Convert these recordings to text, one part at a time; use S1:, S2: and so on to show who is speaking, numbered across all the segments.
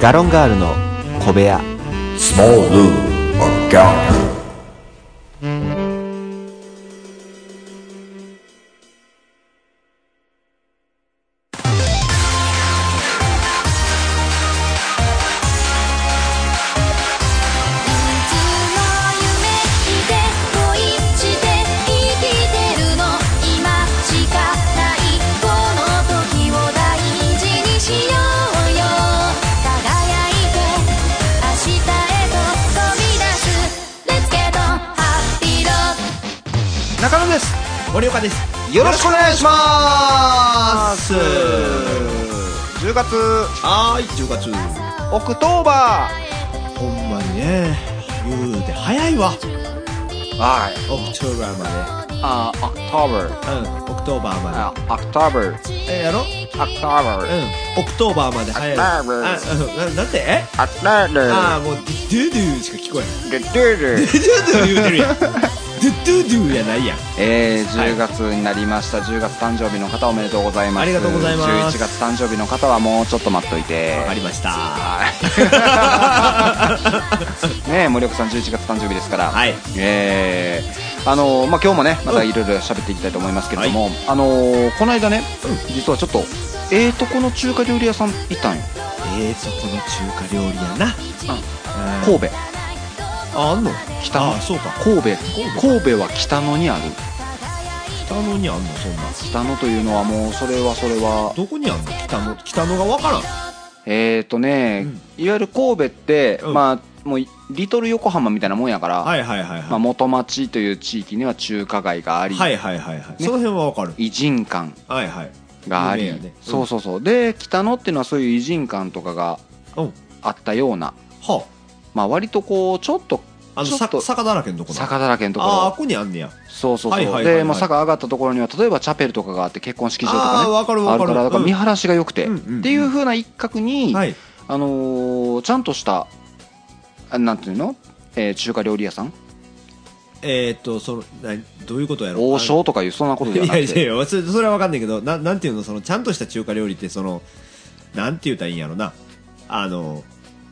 S1: ガロンガールの小部屋
S2: Small Lou or Gallo.
S3: いつも夢見て恋して生きてるの今しかないこの時を大事にしようよ輝いて明日へと飛び出す Let's get on Happy Road
S4: 中野です森岡です
S5: よろしくお願いします10月
S4: はーい10月
S5: オクトーバー
S4: ほんまにね言うて早いわ
S5: はい
S4: オクトーバーま
S5: あオクトーバー
S4: でうんオクトーバーま
S5: あオクトーバー
S4: でえやろ
S5: オクトーバー
S4: うんオクトーバーまで早いわ
S5: あ
S4: あうんななんて
S5: オクトーバ
S4: ああもうドゥドゥドゥしか聞こえん
S5: ードゥドゥドゥ
S4: ドゥドゥ言うてるやんドゥドゥドゥやないやん
S5: えー、10月になりました、10月誕生日の方おめでとうございます
S4: ありがとうございます
S5: 11月誕生日の方はもうちょっと待っといて
S4: わかりましたは
S5: はいねえ森岡さん11月誕生日ですから、
S4: い
S5: えーあのーまあ、今日もねまたいろいろ喋っていきたいと思いますけれども、あのーこの間ね、実はちょっとええとこの中華料理屋さん行ったんよ
S4: えーとこの中華料理やなうん
S5: 神戸
S4: ああんの
S5: 北の
S4: あそうか
S5: 神戸
S4: 戸
S5: 神戸は北野にある
S4: 北野にあんのそんな
S5: 北野というのはもうそれはそれは
S4: どこにあんの北野北野がわからん
S5: えーとね、いわゆる神戸って、
S4: うん
S5: まあもうリトル横浜みたいなもんやから、
S4: はいはいはいはい、
S5: まあ、元町という地域には中華街があり、
S4: はいはいはいはい、その辺はわかる
S5: 偉人館
S4: はいはい
S5: があり、
S4: 有名やねうん
S5: そうそうそうで北野っていうのはそういう偉人館とかが
S4: うん
S5: あったような、
S4: は
S5: まあ、割とこうちょっと
S4: ああの
S5: ちょっと
S4: さ坂だらけのとこな
S5: 坂だらけのとこ
S4: ああ
S5: ろ
S4: ここにあんねや
S5: そうそうそう、
S4: はいはいはいはい
S5: で、まあ、坂上がったところには例えばチャペルとかがあって結婚式場と
S4: ああ
S5: かね
S4: わかる
S5: あ
S4: わ
S5: る
S4: か
S5: か
S4: る
S5: らだから見晴らしが良くて、
S4: うんうんうん
S5: っていう風な一角に、
S4: はい
S5: あのーちゃんとしたあなんていうの、えー中華料理屋さん
S4: えー、っとそのなどういうことやろ
S5: 王将とかいうそんなこと
S4: あの
S5: じゃ
S4: い
S5: なく
S4: や
S5: て
S4: いやいやそれそれはわかんないけどななんていうのそのちゃんとした中華料理ってそのなんて言ったらいいんやろなあの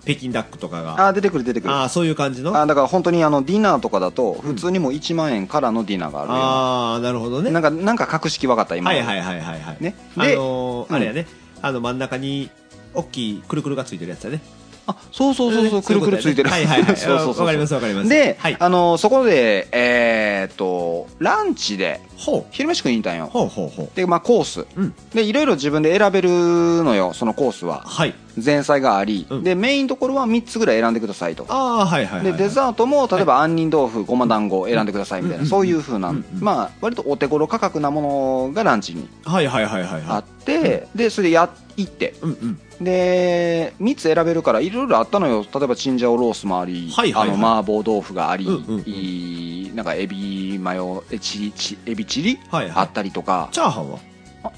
S4: 北京ダックとかがあ
S5: あー出てくる出てくる
S4: あーそういう感じのあ
S5: あだから本当にあのディナーとかだと普通にもう1万円からのディナーがあるような
S4: あーなるほどね
S5: なんかなんか格式分かった今
S4: はいはいはいはいはい、
S5: ね
S4: あ
S5: で
S4: のー
S5: うん
S4: あれやねあの真ん中に大きいくるくるがついてるやつだね
S5: あそうそうそうそう、くるくるついてる
S4: そううことやねはいはいはい
S5: そうそうそう
S4: わかりますわかります
S5: で、
S4: はい
S5: あのそこでえーっとランチで
S4: ほ
S5: 昼飯食いに行ったん
S4: う
S5: よ
S4: ほうほうほう
S5: でまあコース、
S4: うん
S5: でいろいろ自分で選べるのよそのコースは
S4: はい
S5: 前菜があり、
S4: うん
S5: でメインところは3つぐらい選んでくださいと
S4: ああはいはいはい
S5: で
S4: はい
S5: デザートも例えば杏仁豆腐ごま団子選んでくださいみたいな、
S4: うん
S5: そういうふうな、
S4: うん
S5: まあ割とお手頃価格なものがランチに
S4: はいはいはいはい
S5: あっ
S4: は
S5: て、でそれでや行って
S4: いうんうん
S5: で3つ選べるからいろいろあったのよ例えばチンジャオロースもあり、
S4: はいはいはい
S5: あの麻婆豆腐があり、
S4: うんうんうん
S5: いいなんかエビマヨえチリチエビチリ、
S4: はいはい
S5: あったりとか、
S4: チャーハンは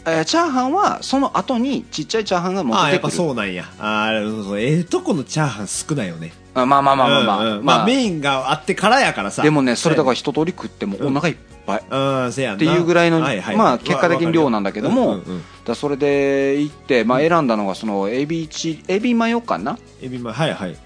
S5: えーチャーハンはその後にちっちゃいチャーハンが持
S4: あ
S5: っ
S4: あや
S5: て
S4: っぱ
S5: くる
S4: そうなんやあーそうそうええとこのチャーハン少ないよね
S5: あまあまあまあまあまあ、
S4: うんうん
S5: まあ
S4: まあメインがあってからやからさ
S5: でもねそれだから
S4: ら
S5: 一通り食ってもお腹いっぱい、っ
S4: うんせやな
S5: ていうぐらいの、
S4: はいはい
S5: まあ結果的に量なん
S4: だ
S5: だけども、
S4: うんうんうん
S5: だからそれで行って、まあ、選んだのがそのエビチエビマヨかな
S4: エビマはいはい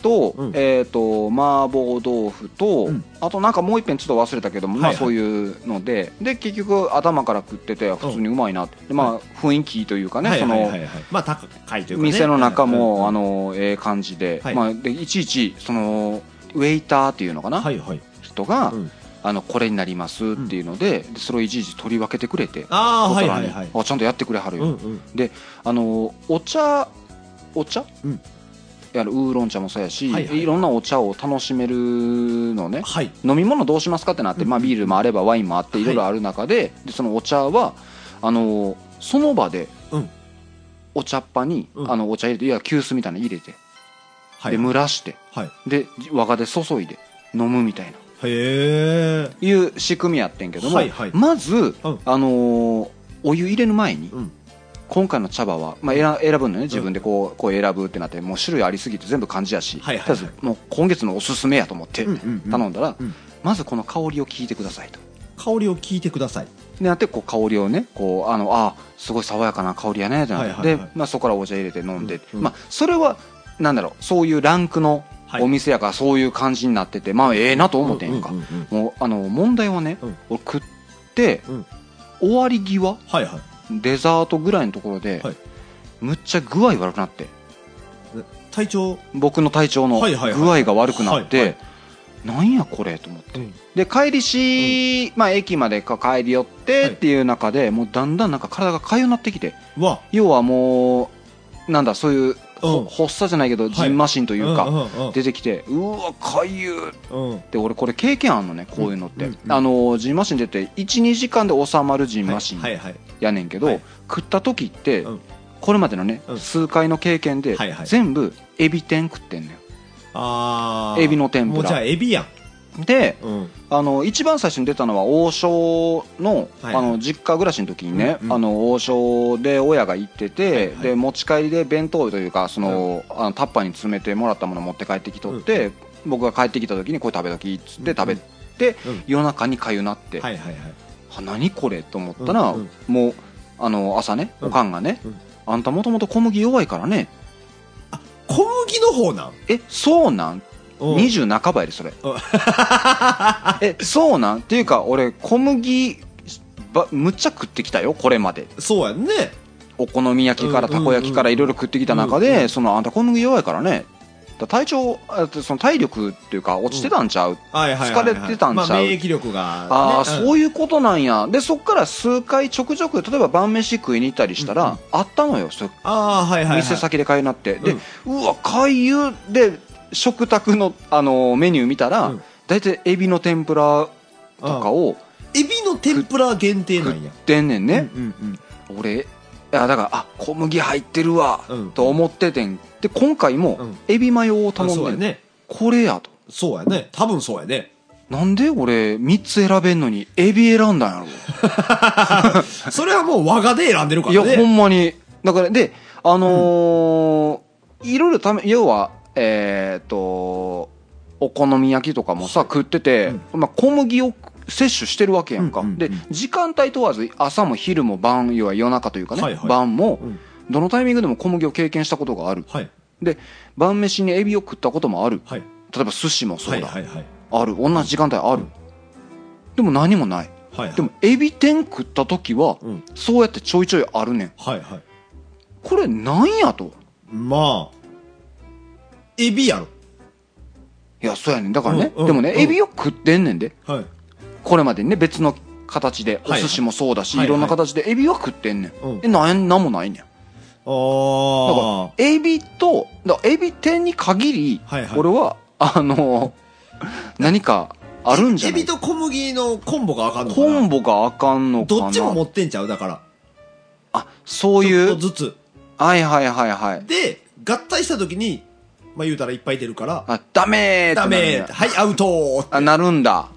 S5: と,、
S4: うん
S5: えー、と麻婆豆腐と、
S4: うん
S5: あとなんかもう一遍ちょっと忘れたけども、
S4: はい
S5: まあ、
S4: はい
S5: そういうのでで結局頭から食ってて普通にうまいなって、でまあ、雰囲気というかね、
S4: はい
S5: そ
S4: はい
S5: の、
S4: はいはいまあ高いというかね
S5: 店の中も、
S4: うん
S5: あのええ感じで,、
S4: はい
S5: まあ、でいちいちそのウェイターっていうのかな、
S4: はいはい
S5: 人が、
S4: うん
S5: あのこれになりますっていうので,で、それをいちいち取り分けてくれて
S4: ああ
S5: お
S4: はい
S5: 皿
S4: は
S5: に
S4: いはい
S5: あちゃんとやってくれはるよ、
S4: うんうん
S5: あのお茶お茶、
S4: うん
S5: やるウーロン茶もそうやし、
S4: はいいはい
S5: ろんなお茶を楽しめるのね
S4: はい
S5: 飲み物どうしますかってなって、まあ、ビールもあればワインもあっ
S4: は
S5: て
S4: い
S5: いろいろある中で,、でそのお茶はあのその場で、
S4: うん
S5: お茶っ葉に、
S4: うん
S5: あのお茶入れていや急須みたいなの入れて、
S4: はい
S5: で蒸らして
S4: はい
S5: で我がで注いで飲むみたいな
S4: へえ
S5: いう仕組みやってんけども、
S4: はいはい
S5: まず、
S4: うん
S5: あのーお湯入れる前に、
S4: うん
S5: 今回の茶葉は、まあ、選選ぶのね自分でこう,、こう選ぶってなってもう種類ありすぎて全部漢字やし、
S4: はいはい
S5: と
S4: はい
S5: りあえずもう今月のおすすめやと思って
S4: うんうんうん
S5: 頼んだら、
S4: うん
S5: まずこの香りを聞いてくださいと。
S4: 香りを聞いてください
S5: でなってこう香りをねこうあのあすごい爽やかな香りやねってなって、
S4: はいはいはい
S5: でまあ、そこからお茶入れて飲んで、
S4: うんうん
S5: まあ、それはなんだろう、そういうランクの
S4: はい
S5: お店やからそういう感じになってて、まあええなと思ってんやんか。
S4: うんうんうん
S5: もう、あの、問題はね、
S4: うん
S5: 俺食って、
S4: うん
S5: 終わり際、
S4: はいはい
S5: デザートぐらいのところで、
S4: はい
S5: むっちゃ具合悪くなって、
S4: 体調
S5: 僕の体調の
S4: はいはい
S5: 具
S4: は
S5: 合が悪くなっ
S4: はいは
S5: て、なんやこれと思って。
S4: うん
S5: で、帰りし、まあ駅までか帰り寄ってっていう中で、もうだんだんなんか体が痒くなってきて、
S4: は
S5: 要はもうなんだそういう、ほ
S4: うん
S5: 発作じゃないけどじんましん
S4: と
S5: というか、
S4: うんうんうん
S5: 出てきてうわかゆっ
S4: うん
S5: て俺これ経験あんのねこういうのって、
S4: うんうんうん
S5: あのじんましん出て12時間で収まるじんましん
S4: はいはい
S5: やねんけど、
S4: はい
S5: 食った時って、
S4: うん
S5: これまでのね、
S4: うん
S5: 数回の経験で、
S4: はいはい
S5: 全部エビ天食ってんね
S4: あー
S5: エビの天ぷ
S4: も
S5: ら
S4: うじゃあエビやん
S5: んで
S4: うん
S5: あの一番最初に出たのは王将の,、
S4: はい
S5: あの実家暮らしの時にね、
S4: うんうん
S5: あの王将で親が行ってて、
S4: はいはい
S5: で持ち帰りで弁当というかその、あのタッパーに詰めてもらったものを持って帰ってきとって、僕が帰ってきた時にこれ食べときっつって食べて、
S4: うんうん
S5: 夜中にかゆなって、
S4: はいはいはい
S5: あ何これと思ったら、
S4: うんうん
S5: もうあの朝ね
S4: うん
S5: おかんがね、
S4: うん
S5: あんたもともと小麦弱いからね
S4: 小麦の方なん
S5: えそうなん
S4: うん
S5: 20半ばやでそれ
S4: うん
S5: えそうなんっていうか俺小麦ばむっちゃ食ってきたよこれまで
S4: そうやんね
S5: お好み焼きから
S4: うんうん
S5: た
S4: うん
S5: こ焼きからいろいろ食ってきた中
S4: うんう
S5: で
S4: ん
S5: そのあんた小麦弱いからねだ体調あその体力っていうか落ちてたんちゃう、
S4: はいはいはいはい
S5: 疲れてたんちゃう
S4: まあ免疫力が
S5: ああそう
S4: いう
S5: いうことなんやでそっから数回ちょくちょく例えば晩飯食いに行ったりしたら、
S4: うんうん
S5: あったのよそ
S4: ああはいはいはい
S5: 店先でかゆなって、
S4: うん
S5: でうわかゆで食卓の、あのメニュー見たら、
S4: うん
S5: 大体エビの天ぷらとかを
S4: エビの天ぷら限定なんや
S5: でんねんね、
S4: うんうん
S5: 俺いやだからあ小麦入ってるわ、
S4: うん
S5: と思っててんで今回
S4: う
S5: も
S4: ん
S5: エビマヨを
S4: うん
S5: 頼ん
S4: そう
S5: で
S4: や
S5: ん、
S4: ね
S5: これやと
S4: そうやね多分そうやね
S5: なんで俺3つ選べんのにエビ選んだんや
S4: それはもう我がで選んでるか
S5: ろ
S4: らね
S5: いやほんまにだからであのーいろいろため要はえっ、とお好み焼きとかもさ食ってて、まあ、小麦を摂取してるわけやんか、
S4: うんうんうん
S5: で時間帯問わず朝も昼も晩要は夜中というかね、
S4: はいはい
S5: 晩も
S4: うん
S5: どのタイミングでも小麦を経験したことがある
S4: はい
S5: で晩飯にエビを食ったこともある
S4: はい
S5: 例えば寿司もそう
S4: はい
S5: だ、
S4: はいはい
S5: ある同じ時間帯ある、でも何もない
S4: はいはい
S5: でもエビ天食った時は、
S4: うん
S5: そうやってちょいちょいあるねん
S4: はいはい
S5: これなんやと
S4: まあエビやろ
S5: いやそうやねんだからね、
S4: うんうん
S5: でもね、
S4: うん
S5: エビを食ってんねんで
S4: はい
S5: これまでにね別の形で
S4: はい
S5: お
S4: はい
S5: 寿司もそうだし、
S4: はい
S5: い
S4: はい
S5: ろんな形でエビは食ってんねん、
S4: うん
S5: えなんなんもないねんだ
S4: あ
S5: からエビとだからエビ天に限り、
S4: はいはい
S5: 俺はあ の何かあるんじゃ
S4: エ
S5: ない
S4: ビと小麦のコンボがあかんのか
S5: コン
S4: な
S5: ボがあかんのかな
S4: どっちも持ってんちゃうだから
S5: あそう
S4: ち
S5: い
S4: ょ
S5: う
S4: っとずつ
S5: はいはいはいはい
S4: で合体した時にまあ言うたらいっぱい出るから
S5: あダメーってな
S4: ダ
S5: るんや
S4: メはいアウト
S5: あなるんだ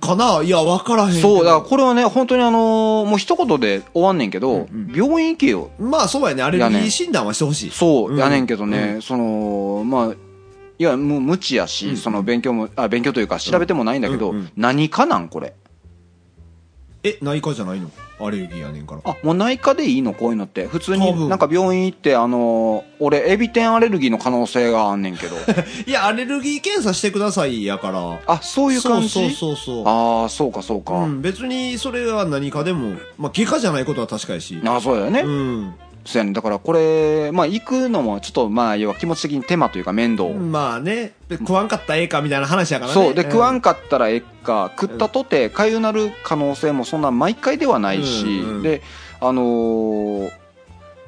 S4: かないや分からへんけど
S5: そうだからこれはね本当にあのーもう一言で終わんねんけど、病院行けよ
S4: まあそうやねアレルギ
S5: やね
S4: ー診断はしてほしい
S5: そうやねんけど
S4: う
S5: ね、そのまあいやもう無知やし、その勉強もあ勉強というか調べてもないんだけど、
S4: うんうんうん
S5: 何かなんこれ
S4: え内科じゃないのアレルギーやねんから
S5: あもう内科でいいのこういうのって普通
S4: 多分
S5: になんか病院行ってあのー俺エビ天アレルギーの可能性があんね んけど
S4: いやアレルギー検査してくださいやから
S5: あそういう感じ
S4: そうそうそうそう
S5: ああそうかそうか、
S4: うん、別にそれは何かでも、まあ、外科じゃないことは確かやし。
S5: ああそうだよね、
S4: うん。
S5: そうやねだからこれまあ行くのもちょっとまあ要は気持ち的に手間というか面倒、
S4: まあね、で食わんかったらええかみたいな話やからね。
S5: そうで食わん
S4: か
S5: かったらえっか食ったとてかゆなる可能性もそんな毎回ではないし、
S4: うんうん
S5: であのー、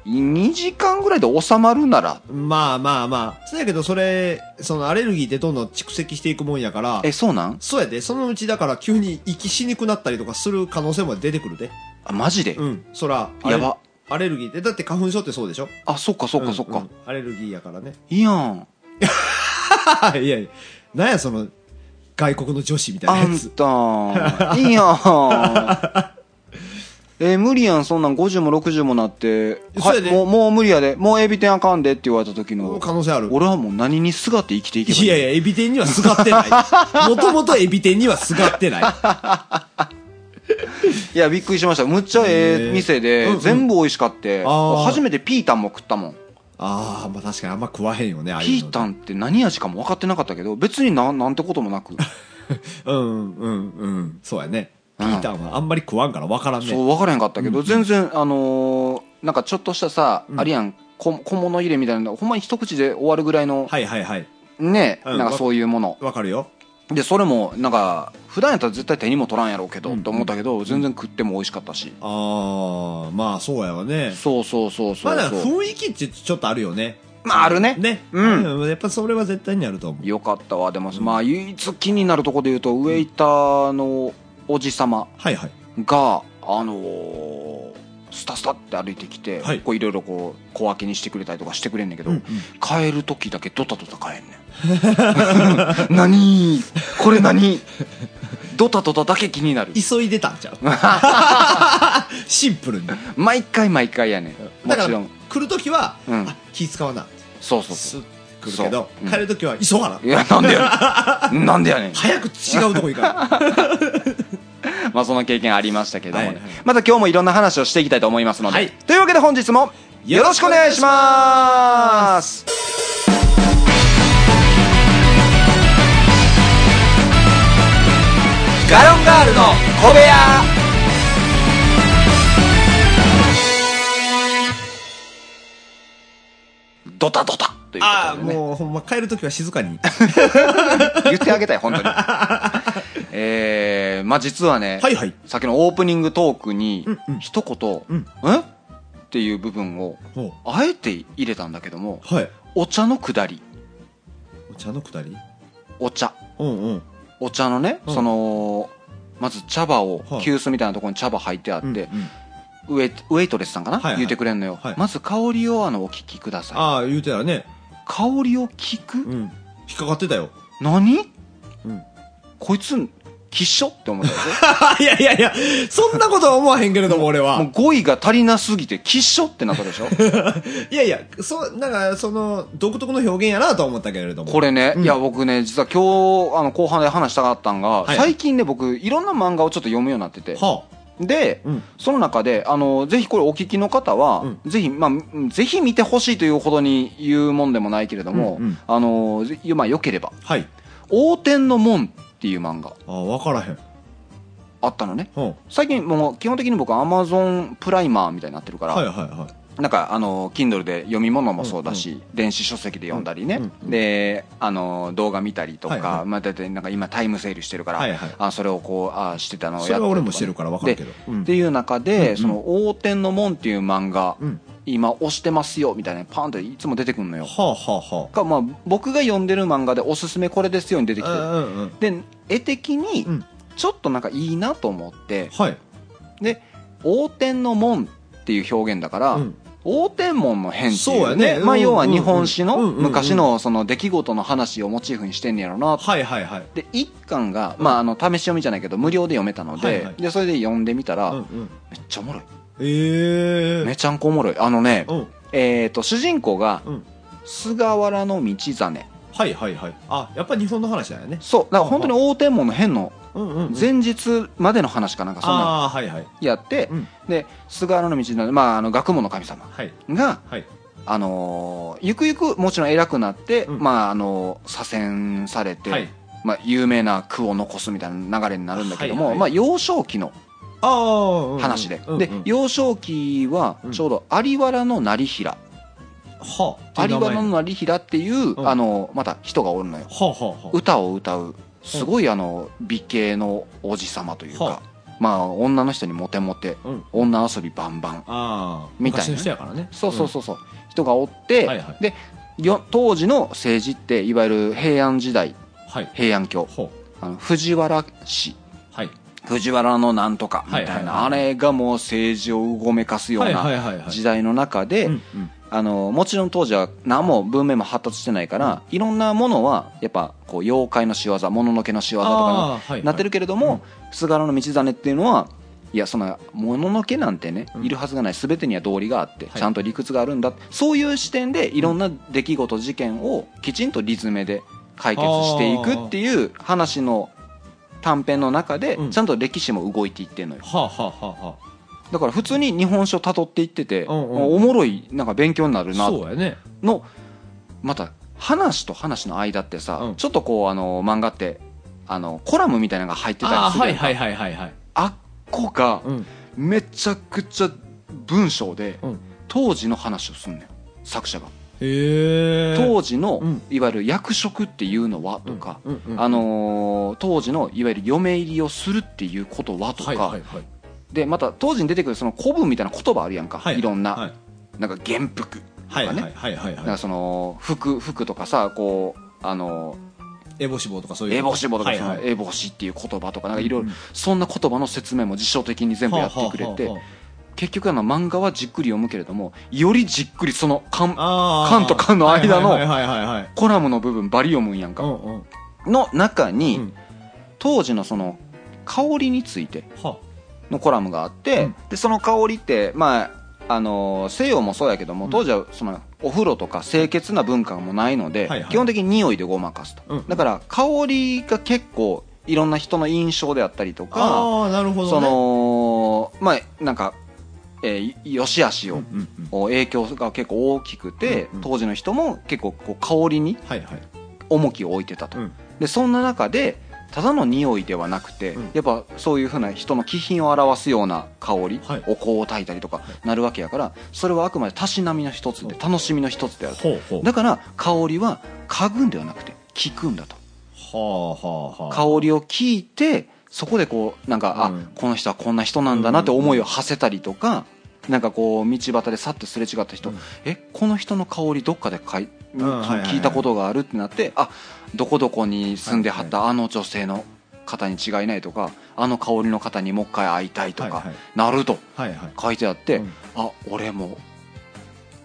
S5: 2時間ぐらいで収まるなら
S4: まあまあまあ。そうやけどそれ、そのアレルギーってどんどん蓄積していくもんやから、
S5: えそうなん
S4: そうやで、そのうちだから急に息しにくなったりとかする可能性も出てくるで。
S5: あマジで、
S4: うん。そら、アレ
S5: やば
S4: アレルギーって、だって花粉症ってそうでしょ
S5: あそっかそっかそっか、
S4: うんうんアレルギーやからね。
S5: いいやん
S4: いやいや、なんやその、外国の女子みた
S5: あ
S4: いなや
S5: ん
S4: つ。
S5: たいいやん え無理やんそんなん50も60もなって、
S4: そう
S5: は
S4: や
S5: い、
S4: で
S5: もうもう無理やでもうエビ天あかんでって言われた時の
S4: 可能性ある。
S5: 俺はもう何にすがって生きていけばいい
S4: いやいや、エビ天にはすがって ない。もともとエビ天にはすがってない。
S5: いやびっくりしましたむっちゃ
S4: へ
S5: ええ
S4: ー
S5: 店で、
S4: うんうん
S5: 全部美味しかって
S4: あー
S5: 初めてピータンも食ったもん
S4: ああまあ確かにあんま食わへんよねああ
S5: ピ
S4: いうの
S5: ータンって何味かも分かってなかったけど別にななんてこともなく
S4: うんうんうんそうやねピータンはあんまり食わんから分からんね
S5: そう分からへんかったけど、
S4: うん
S5: 全然あのーなんかちょっとしたさ、
S4: うん
S5: あるやん小小物入れみたいなほんまに一口で終わるぐらいの、
S4: はいはいはい
S5: ね、
S4: うん
S5: なんかそういうもの
S4: 分かるよ
S5: でそれもなんか普段やったら絶対手にも取らんやろうけど、
S4: うん
S5: と思ったけど全然食っても美味しかったし、
S4: ああまあそうやわね
S5: そうそうそうそ
S4: ま
S5: う
S4: だ
S5: そう
S4: 雰囲気ってちょっとあるよね
S5: まああるね
S4: ね
S5: うん
S4: やっぱそれは絶対にあると思う
S5: よかったわでも、まあ唯一気になるとこで言うとウェイターのおじさま
S4: はいはい
S5: があのースタスタって歩いてきて、
S4: はい
S5: こういろいろこう小分けにしてくれたりとかしてくれんねんけど、
S4: うんうん
S5: 帰る時だけドタドタ帰んねん何これ何ドタドタだけ気になる
S4: 急いでたんちゃう シンプルにだ
S5: 毎回毎回やねんも
S4: か
S5: ち
S4: ら
S5: ろん
S4: 来る時は、
S5: うん
S4: あ気使わな
S5: そうそうそ
S4: すっ来るけど、
S5: そううん
S4: 帰る時は急がな
S5: ういやなんでやねんなんでやねん
S4: 早く違うとこ行かな
S5: まあその経験ありましたけどもね、
S4: はいはい
S5: また今日もいろんな話をしていきたいと思いますので、
S4: はい
S5: というわけで本日もよろしくお願いしますガロンガールの小部屋ドタドタという
S4: ああ
S5: ことでね
S4: もうほんま帰る時は静かに
S5: 言ってあげたい本 当にえー、まあ実はね、
S4: はいはい
S5: さっきのオープニングトークに
S4: うんうん
S5: 一言「
S4: うん
S5: えっていう部分を
S4: おう
S5: あえて入れたんだけども
S4: はい
S5: お茶のくだり
S4: お茶のくだり
S5: お茶
S4: うんうん
S5: お茶のね、
S4: うん
S5: そのまず茶葉を
S4: はい
S5: 急須みたいなところに茶葉入ってあって、
S4: うんうん
S5: ウェウェイトレスさんかな、
S4: はいはい
S5: 言ってくれんのよ、
S4: はい
S5: まず香りをあのお聞きください
S4: ああ言うてたらね
S5: 香りを聞く、
S4: うん引っかかってたよ
S5: 何、
S4: うん
S5: こいつきっしょって思ったでし
S4: いやいやいや、そんなことは思わへんけれども、俺
S5: ょもう
S4: は。
S5: 語彙が足りなすぎてきっしょってなったでしょ
S4: いやいや、そう、なんか、その、独特の表現やなとは思ったけれども。
S5: これね、
S4: うん
S5: いや僕ね実は今日あの後半で話したかったんが、
S4: はい
S5: 最近ね僕いろんな漫画をちょっと読むようになってて
S4: は
S5: で
S4: あ、うん。
S5: その中であのぜひこれお聞きの方は、ぜひまあうんぜひ見てほしいというほどに言うもんでもないけれども、
S4: うんうん
S5: あのぜまあよければ
S4: はい。
S5: 「横天の門」っていう漫画
S4: ああ、わからへん。
S5: あったのね
S4: ほ
S5: 最近もう基本的に僕アマゾンプライマーみたいになってる
S4: う
S5: から、
S4: はいはいはい。
S5: なんかあの Kindle で読み物もそうだし、電子書籍で読んだりね、
S4: うんうん
S5: であの動画見たりとか、
S4: はいはい
S5: まあ大体なんか今タイムセールしてるから、
S4: はいはい
S5: あそれをこうあしてたのをや
S4: それ
S5: ってとか
S4: は
S5: ね
S4: 俺もしてるからわかるけど
S5: で。
S4: うん
S5: っていう中で、
S4: うん
S5: その「横天の門」っていう漫画、
S4: うん。
S5: 今押してますよみたいなパンっていつも出てくるのよ
S4: はあはあは
S5: か、まあ、僕が読んでる漫画でおすすめこれですよに出てきて
S4: あ。うんうんうん。
S5: で絵的に
S4: うん
S5: ちょっとなんかいいなと思って
S4: はい。
S5: 「横天の門」っていう表現だから、
S4: うん。
S5: 大天門の変っていう
S4: そうや
S5: ね
S4: ね
S5: まあ、
S4: うん
S5: 要は日本史の
S4: うんうんうん
S5: 昔のその出来事の話をモチーフにしてんねやろな
S4: はいはいはい。
S5: で一巻が、まあ、あの試し読みじゃないけど無料で読めたので,、
S4: はいはい
S5: でそれで読んでみたら、
S4: うんうん。
S5: めっちゃおもろい
S4: ええ。
S5: めちゃんこおもろいあのね、
S4: うん。
S5: えー、と主人公が
S4: うん
S5: 菅原道真
S4: はいはいはい。あ、やっぱり日本の話だよね。
S5: そうだから本当に大天門の変の
S4: うんうんうん。
S5: 前日までの話かなんかそんな
S4: ああ、はいはい。
S5: のやって、
S4: うん
S5: で菅原道真、まあ、あの学問の神様
S4: はい。
S5: が
S4: はい。
S5: あのーゆくゆくもちろん偉くなって、
S4: うん
S5: まああのー左遷されて、
S4: はい。
S5: まあ、有名な句を残すみたいな流れになるんだけど
S4: は
S5: も、
S4: いはい
S5: まあ、幼少期の
S4: ああ、うんうん
S5: 話で、
S4: うんうん
S5: で幼少期は
S4: うん
S5: ちょうど有原の成平、
S4: はあ。
S5: 有原の成平っていう、
S4: うん
S5: あのーまた人がおるのよ
S4: はあはあはあ。
S5: 歌を歌うすごいあの美形のおじ様というか、
S4: は
S5: まあ女の人にモテモテ
S4: うん。
S5: 女遊びバンバン
S4: ああ
S5: みたいな
S4: 昔の人やからね
S5: そうそうそうそう、人がおって、
S4: はいはい
S5: でよ当時の政治っていわゆる平安時代
S4: うんはい
S5: 平安京
S4: ほ
S5: あの藤原氏
S4: うはい
S5: 藤原のなんとかみたいな、
S4: はいはいはい
S5: あれがもう政治をうごめかすよう
S4: はいはい
S5: な
S4: はいはい
S5: 時代の中で、
S4: うんうん
S5: あのもちろん当時は何も文明も発達してないから、いろんなものはやっぱこう妖怪の仕業もののけの仕業とか
S4: あーはいはい
S5: になってるけれども、菅原道真っていうのはいやそのもののけなんてね、
S4: うん
S5: いるはずがない全てには道理があって、
S4: い
S5: ちゃんと理屈があるんだそういう視点でいろんな出来事事件をきちんと理詰めで解決していくっていう話の短編の中で、
S4: うん
S5: ちゃんと歴史も動いていってんのよ。
S4: はあはあはあは
S5: だから普通に日本史をたどっていってて、
S4: うんうん
S5: おもろいなんか勉強になるな
S4: そうやね
S5: のまた話と話の間ってさ、
S4: うん
S5: ちょっとこうあの漫画ってあのコラムみたいなのが入ってた
S4: あ
S5: り
S4: あ
S5: する
S4: はい
S5: やん
S4: はいはいはいはい
S5: あっこが
S4: うん
S5: めちゃくちゃ文章で、
S4: うん
S5: 当時の話をすんねん作者が、
S4: へえ
S5: 当時の、
S4: うん
S5: いわゆる役職っていうのはとか、
S4: うんうんうん
S5: あのー当時のいわゆる嫁入りをするっていうことはとか、
S4: はいはいはい
S5: でまた当時に出てくるその古文みたいな言葉あるやんか、、
S4: はい
S5: ろんな、
S4: はい
S5: なんか元服
S4: はいはい
S5: ね
S4: はいはい
S5: なんか
S4: はい
S5: その服服とかさこうあの
S4: エボ志望とかそういう
S5: エボシボとか
S4: はい
S5: その
S4: はい
S5: エボシっていう言葉とかなんかいろいろ
S4: うん
S5: そんな言葉の説明も辞書的に全部やってくれて
S4: は
S5: 結局あの漫画はじっくり読むけれどもよりじっくりその
S4: あ
S5: 缶
S4: はあはあああ
S5: 缶と缶の間の
S4: はいはいはいはいはい
S5: コラムの部分バリ読むんやん
S4: う
S5: か
S4: んうん
S5: の中
S4: う
S5: に
S4: ん
S5: 当時のその香りについて
S4: は
S5: のコラムがあって、
S4: うん
S5: でその香りって、まああのー西洋もそうやけども当時はそのお風呂とか清潔な文化もないので、
S4: はいはい
S5: 基本的に匂いでごまかすと、
S4: うん
S5: だから香りが結構いろんな人の印象であったりとか
S4: ああなるほどね
S5: そのまあなんか、えー、よし悪し
S4: うん
S5: を、
S4: うんうん
S5: 影響が結構大きくて、
S4: うんうん
S5: 当時の人も結構こう香りに
S4: はいはい
S5: 重きを置いてたと、
S4: うん
S5: でそんな中でただの匂いではなくて、
S4: うん
S5: やっぱそういうふうな人の気品を表すような香り、
S4: はい
S5: お香を焚いたりとかなるわけやからそれはあくまでたしなみの一つで楽しみの一つであると
S4: ほうほう
S5: だから香りは嗅ぐんではなくて聞くんだと
S4: はあはあはあ
S5: 香りを聞いてそこでこうなんか、
S4: うん
S5: あこの人はこんな人なんだなって思いを馳せたりとか、なんかこう道端でさっとすれ違った人、
S4: うん
S5: えこの人の香りどっかでかい、
S4: んはいはいはい
S5: 聞いたことがあるってなってあどこどこに住んではったあの女性の方に違いないとかあの香りの方にもう一回会いたいとか、
S4: はいはい
S5: なると
S4: はいはい
S5: 書いてあって、
S4: うん
S5: あ俺も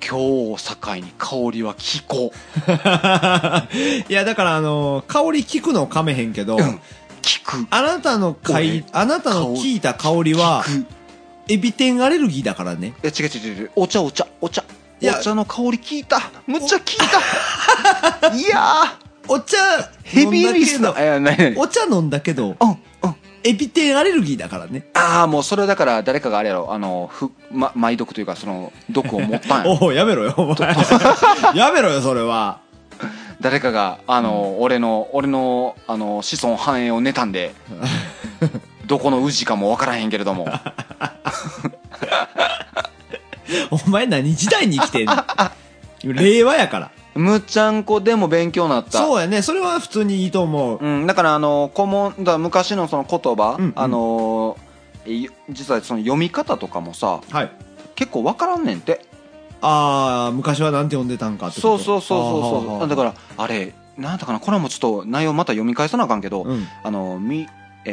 S5: 今日を境に香りは聞こう
S4: いや、だから、あの、香り聞くのを噛めへんけど、
S5: うん聞く
S4: あなたのかい
S5: 俺、
S4: あなたの聞いた香りは、
S5: 聞く
S4: エビ天アレルギーだからね。
S5: え違う違う違うお茶お茶お茶
S4: いや
S5: お茶の香り聞いたむっちゃ聞いたいや
S4: お茶、
S5: ーヘビーリスナ
S4: の
S5: ーいやないない
S4: お茶飲んだけど、
S5: うんうん
S4: エビ天アレルギーだからね。
S5: ああもうそれはだから誰かがあれやろあのふ、ま、梅毒というかその毒を持 ったんやろ
S4: おお、やめろよ、お前。 やめろよ、それは。
S5: 誰かがあの、俺の俺のあの子孫繁栄を妬ん でどこの氏かもわからへんけれども
S4: お前何時代に生きてんの 令和やから。
S5: むちゃんこでも勉強になった
S4: そうやね、それは普通にいいと思う。
S5: うん、だからあの古文だから昔のその言葉、
S4: うんうん
S5: あのい実はその読み方とかもさ
S4: はい。
S5: 結構わからんねんって
S4: ああ、昔はなんて呼んでたんかってこ
S5: そう
S4: と
S5: そうそうそう
S4: あーはー
S5: そ
S4: は
S5: う
S4: ー
S5: だからあれなんだったかなこれはもうちょっと内容また読み返さなあかんけど、
S4: うん。
S5: あのみ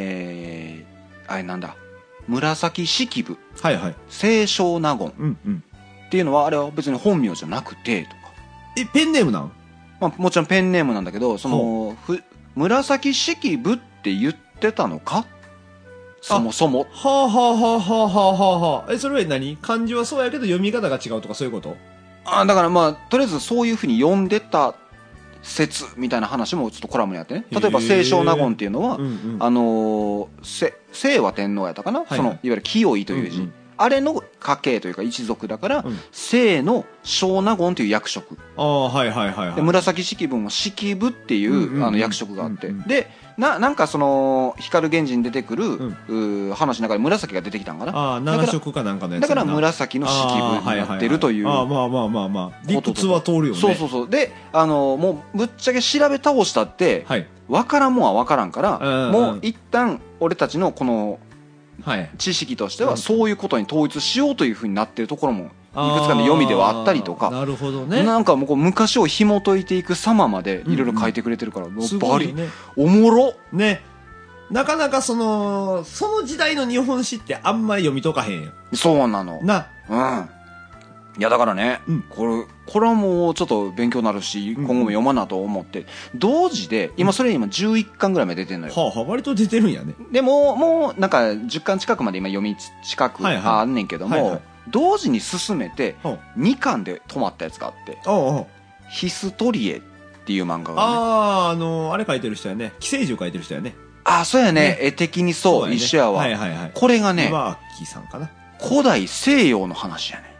S5: えー、あれなんだ紫式部
S4: はいはい。
S5: 清少納言っ
S4: うんうん。
S5: ていうのはあれは別に本名じゃなくてとか、
S4: え、ペンネームなん
S5: まあ、もちろんペンネームなんだけどそのふ紫式部って言ってたのかそもそも
S4: はあはあはあはあはあはあはあ。え、それは何漢字はそうやけど読み方が違うとかそういうこと
S5: あだからまあとりあえずそういうふうに読んでた説みたいな話もちょっとコラムにあってね例えば
S4: へー
S5: 清少納言っていうのは、
S4: んうん
S5: あのーせ清和天皇やったかな、
S4: はい
S5: そのいわゆる清いという字、
S4: うんうん
S5: あれの家系というか一族だから、
S4: うん
S5: 清の小納言という役職
S4: ああ、はいはいはいはい。
S5: で紫式部も式部っていう,、
S4: うんうんうん
S5: あの役職があって、
S4: うんうん
S5: でななんかその光源氏に出てくる、
S4: ん
S5: うー話の中で紫が出てきたんかな
S4: ああ、七色かなんかのやつ
S5: だから
S4: 紫
S5: 紫の式部になってるという
S4: ああ、まあまあまあまあ。理屈は通るよね。
S5: そうそうそうであのもうぶっちゃけ調べ倒したって、
S4: はい。
S5: 分からんもんは分からんから、
S4: うんうん
S5: もう一旦俺たちのこの
S4: はい。
S5: 知識として
S4: う
S5: は
S4: ん
S5: そういうことに統一しようというふうになってるところもいくつかの読みではあったりと
S4: あー
S5: か、
S4: なるほどね。
S5: なんかもうこう昔を紐解いていく様までいろいろ書いてくれてるから、も
S4: す
S5: う
S4: ご
S5: バ
S4: いよ
S5: リ
S4: ね。
S5: おもろ
S4: ね。なかなかその、その時代の日本史ってあんまり読み解かへんやん。
S5: そうなの
S4: な。
S5: うんいやだからね、
S4: うん
S5: これこれはもうちょっと勉強になるし
S4: うん
S5: 今後も読まなと思って同時で今それ今11巻ぐらいまで出てんのよ
S4: はあはあ、割と出てるんやね。
S5: でも、もうなんか10巻近くまで今読みつ近く
S4: はいはい
S5: ああんねんけども、
S4: はいはい
S5: 同時に進めて
S4: ほう
S5: 2巻で止まったやつがあって
S4: おうおう
S5: 「ヒストリエ」っていう漫画が、ね、
S4: ああ、あのー、あれ書いてる人やね。寄生獣書いてる人やね。
S5: ああそうやね絵的にそう
S4: やね
S5: 一緒やわ、
S4: はいはいはい。
S5: これがね
S4: 岩木さんかな。
S5: 古代西洋の話やね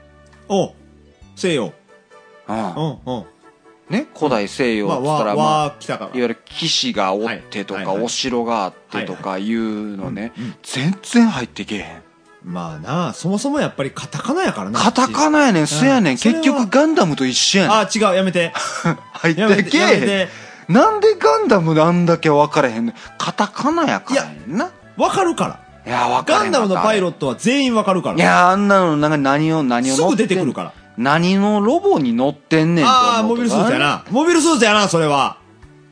S4: お西洋
S5: ん。
S4: う
S5: うん
S4: んうん
S5: ん。ね、古代西洋
S4: ま
S5: っ
S4: あ
S5: つった
S4: 和
S5: ら、まあ、
S4: 和来たか
S5: いわゆ
S4: ら
S5: る騎士がおってと
S4: はい
S5: か、
S4: はいはい
S5: お城があってとかいうのね、全然入ってけえへん。
S4: まあなあそもそもやっぱりカタカナやからな
S5: カタカナやねん、せやねん。
S4: それ
S5: 結
S4: は
S5: 局ガンダムと一緒やねん。
S4: あ違うやめ て
S5: 入
S4: や
S5: っ
S4: め
S5: てけ
S4: て
S5: え
S4: やめ
S5: へ
S4: て
S5: ん。なんでガンダムなんだけ分からへんねん。カタカナやからやんな。
S4: わかるから
S5: いや、分から
S4: ガ
S5: へん
S4: ンダムのパイロ
S5: ッ
S4: ットは全員わかるか
S5: い
S4: ら
S5: や、あんなの、なんか何を、何を
S4: す
S5: 乗
S4: ぐ
S5: って
S4: 出
S5: ん
S4: てくるから
S5: 何のロボに乗ってんねんって思う
S4: ああーモビルスーツやなモビルスーツやなそれは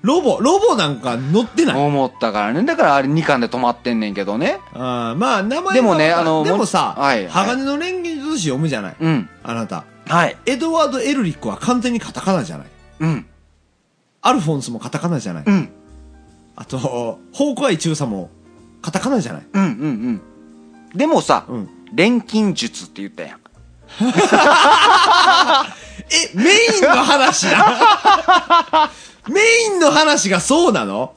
S4: ロボロボなんか乗ってない
S5: 思ったからね。だからあれ2巻で止まってんねんけどね。
S4: あーまあ名前は
S5: でもねあの
S4: でもさ、
S5: もはいはい
S4: 鋼の錬金術師読むじゃない、
S5: うん。
S4: あなた
S5: はい。
S4: エドワード・エルリックは完全にカタカナじゃない
S5: うん。
S4: アルフォンスもカタカナじゃない、
S5: うん。
S4: あとホークアイ中佐もカタカナじゃない
S5: うんうんうん。でもさ、
S4: うん
S5: 錬金術って言ったやん。
S4: えメインの話だ メインの話がそうなの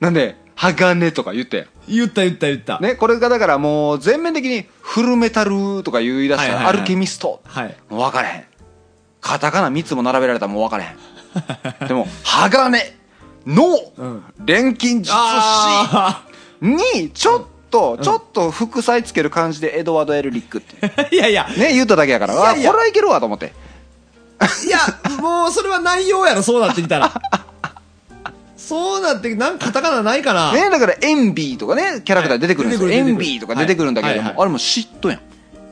S5: なんで、鋼とか言ったやん。
S4: 言った言った言った、
S5: ね、これがだからもう全面的にフルメタルとか言い出した
S4: はいは
S5: ら、
S4: いはい
S5: アルケミスト。
S4: はい
S5: もう分からへん。カタカナ3つも並べられたらもう分からへん。でも、鋼の
S4: うん
S5: 錬金術師
S4: あ
S5: に、ちょっと、ちょっと副菜つける感じでエドワード・エルリックって。
S4: ーいやいや
S5: ね、言っただけやから、
S4: いやいや
S5: あこれはいけるわと思って。
S4: いやもうそれは内容やろそうなってきた らそうなってなんかカタカナないかな、
S5: ね、だから、エンビーとかね、キャラクター出てくるんですよ。
S4: はい出
S5: エ
S4: てくる
S5: ンビーとか出てくるんだけれども、
S4: はいはいはい
S5: あれも嫉妬やん。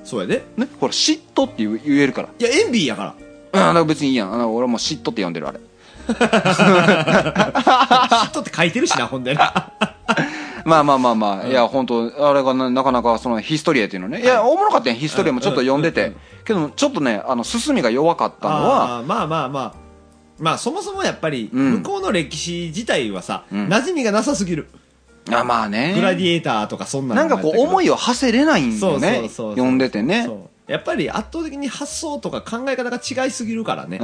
S4: そうやで
S5: ね、ほら、嫉妬って言う言えるから。うん
S4: いやエンビーやから
S5: だから別にいいやん。あの俺はもう嫉妬って呼んでる、あれ。
S4: ットって書いてるしな、ほんでな。
S5: まあまあまあまあ、いや、本当あれがななかなかそのヒストリアっていうのね。いや、おもろかったやん、ヒストリアもちょっと読んで
S4: うん
S5: て。けども、ちょっとね、あの、進みが弱かったのは、
S4: あーまあまあまあ。まあそもそもやっぱり、
S5: うん
S4: 向こうの歴史自体はさ、
S5: うん
S4: 馴染みがなさすぎる。
S5: あまあね。
S4: グラディエーターとかそんな
S5: なんかこう、思
S4: い
S5: いを馳せれないん
S4: そ
S5: よ
S4: うそう
S5: ね。
S4: そうそう。
S5: 読んでてね。う
S4: そう。やっぱり圧倒的に発想とか考え方が違いすぎるからね。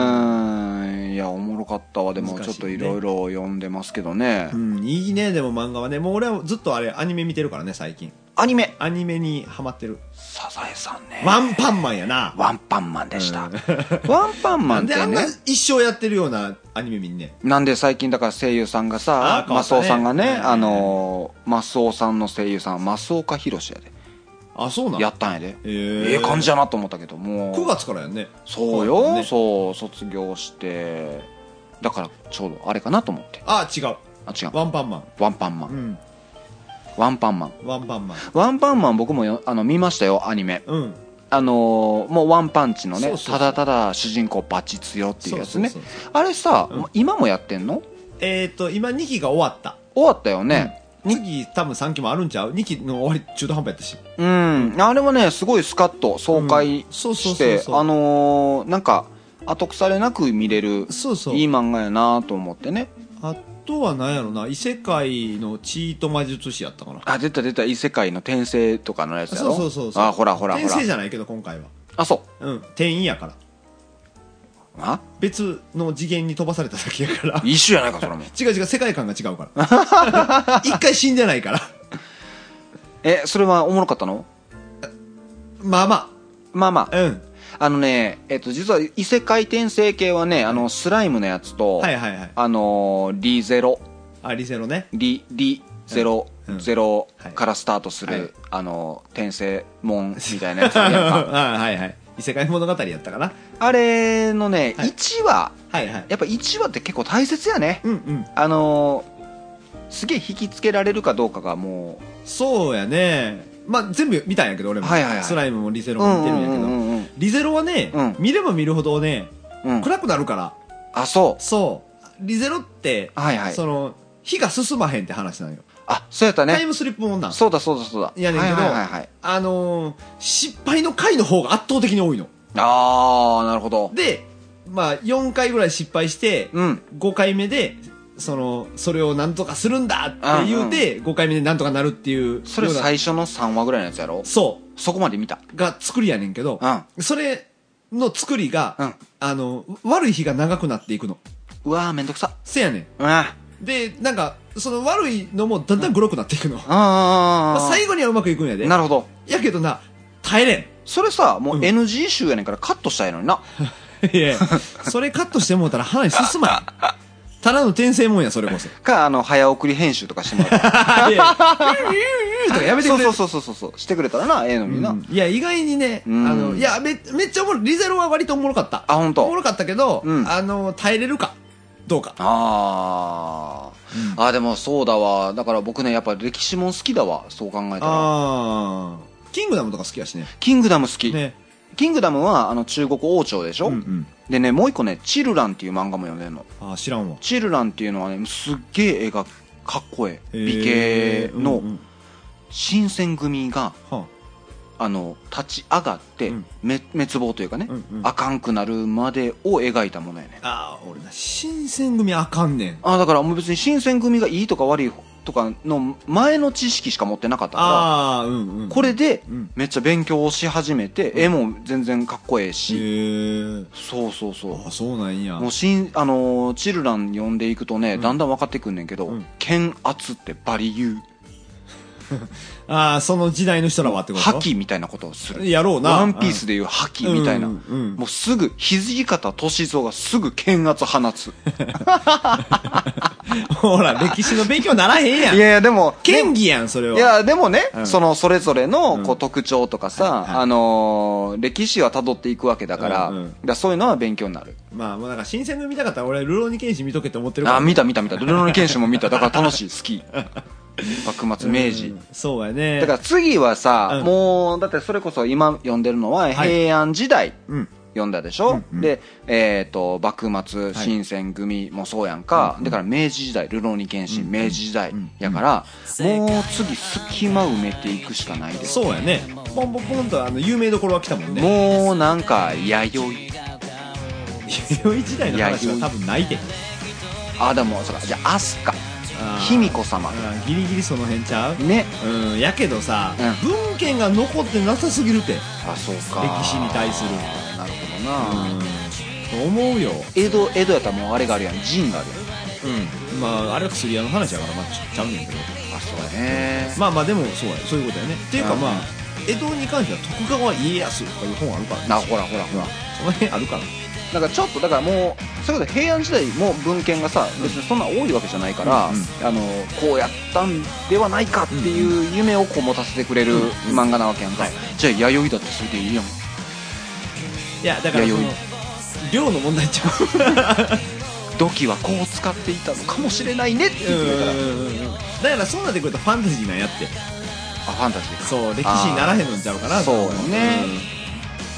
S5: ーん。いや、おもろかったわ。でも、
S4: 難しい
S5: ちょ
S4: ね
S5: っといろいろ読んでますけどね
S4: う。ん、いいね、でも漫画はね。もう俺はずっとあれ、アニメ見てるからね、最近。
S5: アニメ、
S4: アニメにハマってる。
S5: サザエさんね。
S4: ワンパンマンやな。
S5: ワンパンマンでした。 ワンパンマ
S4: な
S5: ン
S4: ん
S5: っ
S4: であ
S5: て
S4: んな
S5: ね。
S4: 一生やってるようなアニメ見んねん。
S5: なんで最近だから声優さんがさ
S4: あ、ー変わ
S5: マ
S4: っ
S5: ス
S4: たね
S5: オさんが
S4: はい
S5: ね、
S4: はいはい
S5: あのー、マスオさんの声優さん、マスオカヒロシやで。
S4: あ、そうなん
S5: やったんやで。
S4: へー
S5: ええ感じやなと思ったけど、も
S4: 9
S5: う。
S4: 月からやんね。
S5: そう
S4: そうだ
S5: よ。
S4: ね
S5: そう、卒業して。だから、ちょうどあれかなと思って。
S4: あ、違う。
S5: あ、違う。
S4: ワンパンマン。
S5: ワンパンマ
S4: う
S5: ン。
S4: ん。
S5: ワンパンマン。
S4: ワンパンマン。
S5: ワンパンマン僕もよあの見ましたよ、アニメ。
S4: うん。
S5: あのーもうワンパンチの
S4: そ
S5: ね
S4: う、そうそう
S5: ただただ主人公バチ強っていうやつね
S4: そうそうそ。
S5: あれさ
S4: うん、
S5: 今もやってんの
S4: えっ、ー、と、今2期が終わった。
S5: 終わったよね。
S4: 次多分3期もあるんちゃう ?2 期の終わり中途半端やったし。
S5: うん。あれはね、すごいスカッと爽快
S4: うんそうそうそうそう
S5: して、あのーなんか、後腐れなく見れる、
S4: そうそう。
S5: いい漫画やなと思ってね。
S4: あとは何やろな、異世界のチート魔術師やったかな。
S5: あ、出た出た、異世界の転生とかのやつや
S4: そ
S5: ろ
S4: うそうそうそう。
S5: あ、ほらほらほら
S4: 転生。じゃないけど今回は。
S5: あ、そう。
S4: うん。転院やから。
S5: あ
S4: 別の次元に飛ばされただけやから。
S5: 一緒やないか、そ れも。
S4: 違う違う、世界観が違うから。 一回死んでないから。
S5: え、それはおもろかったの
S4: まあま
S5: まあまあ。
S4: あ。うん。
S5: あのね、えっと、実は異世界転生系はね、あの、スライムのやつと、
S4: はいはいはい。
S5: あのー、リゼロ、
S4: あ、リゼロね。
S5: リ、リ、ゼロ、
S4: うん
S5: ゼロ
S4: はい
S5: からスタートする、
S4: はい
S5: あのー、転生門みたいなや つ
S4: あ
S5: あるやんか
S4: はいはい。異世界物語やったかな。
S5: あれのね、
S4: はい
S5: 1話、
S4: はいはい。
S5: やっぱ1話って結構大切やね。
S4: うんうん。
S5: あのー、すげえ引きつけられるかどうかがも
S4: そうやね。まあ、全部見たんやけど、俺も。
S5: はいはいはい
S4: スライムもリゼ
S5: う、
S4: ロも見てるんやけど。
S5: うんうん
S4: リゼロはね、
S5: うん
S4: 見れば見るほどね、
S5: うんうん。
S4: 暗くなるから。
S5: あ、そう。
S4: そう。リゼロって、
S5: はいはい
S4: その、火が進まへんって話なんよ。
S5: あ、そうやった
S4: タイ
S5: ね。
S4: ムスリップもんなん。
S5: そうだそうだそうだ。
S4: やねんけど、
S5: はいはいはいはい。
S4: あのー失敗の回の方が圧倒的に多いの。
S5: あー、なるほど。
S4: で、まあ、4回ぐらい失敗して、
S5: うん。
S4: 5回目で、その、それをなんとかするんだって言うて、5回目でなんとかなるっていう。
S5: それ
S4: ような
S5: 最初の3話ぐらいのやつやろ
S4: そう。
S5: そこまで見た。
S4: が作りやねんけど、
S5: う
S4: それの作りが、
S5: うん
S4: あの、悪い日が長くなっていくの。
S5: うわー、めんどくさ。
S4: せやねん。
S5: うん。
S4: で、なんか、その悪いのもだんだんグロくなっていくの。まあ
S5: あ
S4: 最後にはうまくいくんやで。
S5: あなるほど
S4: やけどな、耐えれん。
S5: それさもううん NG 集やねんからカットしたいのにな、
S4: いやそれカットしてもうたら話進まん。ただの転生もんや、それこそ。
S5: かあの早送り編集とかしてもらったら
S4: いやとかやめてくれ
S5: そうそうそうそうそうしてくれたらなええのにな、
S4: うんいや、意外にね、あ
S5: うん
S4: の、いや、め、めっちゃおもろい。リゼロは割とおもろかった。
S5: あほんと
S4: おもろかったけど、
S5: うん
S4: あの、耐えれるか、どうか。
S5: あー、あーでもそうだわだから僕ねやっぱ歴史もん好きだわそう考えたら
S4: あー。キングダムとか好きやしね。
S5: キングダム好き、
S4: ね。
S5: キングダムはあの中国王朝でしょ、
S4: うんうん。
S5: でねもう一個ね「チルラン」っていう漫画も読んでんの
S4: あー、知らんわ。
S5: チルランっていうのはねすっげえ絵がかっこええ美
S4: へ
S5: 形
S4: ー
S5: の
S4: うんうん
S5: 新選組が
S4: は
S5: あの立ち上がって
S4: うん
S5: め滅亡というかね、
S4: うんうん
S5: あかんくなるまでを描いたものやね
S4: ああー、俺な、新選組あかんねん。
S5: あだからもう別に新選組がいいとか悪いとかの前の知識しか持ってなかったか
S4: ああ、うんうん。
S5: らこれで
S4: うん
S5: めっちゃ勉強をし始めて、絵も全然かっこええし、
S4: へえ。
S5: そうそうそう
S4: あ、そうなんや。
S5: もうしん、あのーチルラン読んでいくとね、だんだん分かってくんねんけど、
S4: うん
S5: 剣圧ってバリ言う、
S4: ああ、その時代の人らはってこと
S5: 覇気みたいなことをする。
S4: やろうな。
S5: ワンピースで言う覇気みたいな。
S4: うんうんうん
S5: もうすぐ、土方歳三がすぐ剣圧放つ。
S4: うん。ほら、歴史の勉強ならへんや
S5: い
S4: ん。
S5: やいや、でも、
S4: 剣技やん、それ
S5: い
S4: は。
S5: や、でもね、
S4: うん
S5: その、それぞれの、
S4: う
S5: こう、
S4: ん
S5: 特徴とかさ、
S4: はいはい
S5: あのー歴史は辿っていくわけだから、
S4: うんうん
S5: だからそういうのは勉強になる。
S4: まあ、もうなんか新選組見たかったら俺、ルローニケンシ見とけって思ってるから。
S5: あ、見た見た見た。ルロの剣士も見た。だから楽しい、好 き。幕末、明治。
S4: うんそうやね。
S5: だから次はさ、
S4: うん
S5: もうだってそれこそ今読んでるの
S4: は
S5: は
S4: い
S5: 平安時代
S4: うん。
S5: 読んだでしょ、
S4: うんうん
S5: で、えっと幕末
S4: はい
S5: 新選組もそうやんか、だから明治時代流浪に謙信、明治時代
S4: ん
S5: やから、もう次隙間埋めていくしかないです
S4: そうやね。ポンポンポンと、あの、有名どころは来たもんね。
S5: もうなんか弥生
S4: 弥 生時代の話は多分ないで。
S5: あでもそうかじゃあ飛鳥
S4: あー
S5: 卑弥呼様
S4: あーギリギリその辺ちゃう
S5: ね
S4: うん、やけどさ、
S5: う
S4: 文献が残ってなさすぎるって。
S5: あそうか
S4: 歴史に対する
S5: なるほどな、
S4: と思うよ。
S5: 江戸江戸やったらもうあれがあるやん陣があるやん
S4: うん。まあ、あれは薬屋の話やから、まあ、ちゃうねんけど。
S5: あそうやね
S4: まあまあ、でも、そうや、そういうことやね。っていうか、
S5: うん
S4: まあ、江戸に関しては徳川家康とかいう本あるからね。
S5: なほらほらほら、
S4: その辺あるから。
S5: なんかちょっとだからもうそれこそ平安時代も文献がさ別にそんな多いわけじゃないから、
S4: うんうん
S5: あのこうやったんではないかっていう夢をこう持たせてくれる漫画なわけやんか、じゃあ弥生だってそれでいいやん
S4: いや、だからその
S5: 弥、
S4: 量の問題ちゃう。
S5: 土器はこう使っていたのかもしれないねって言ってくれたら
S4: だからそうなってくるとファンタジーなんやって
S5: あファンタジーか
S4: そう歴史にならへんのんちゃうかな
S5: そうよね、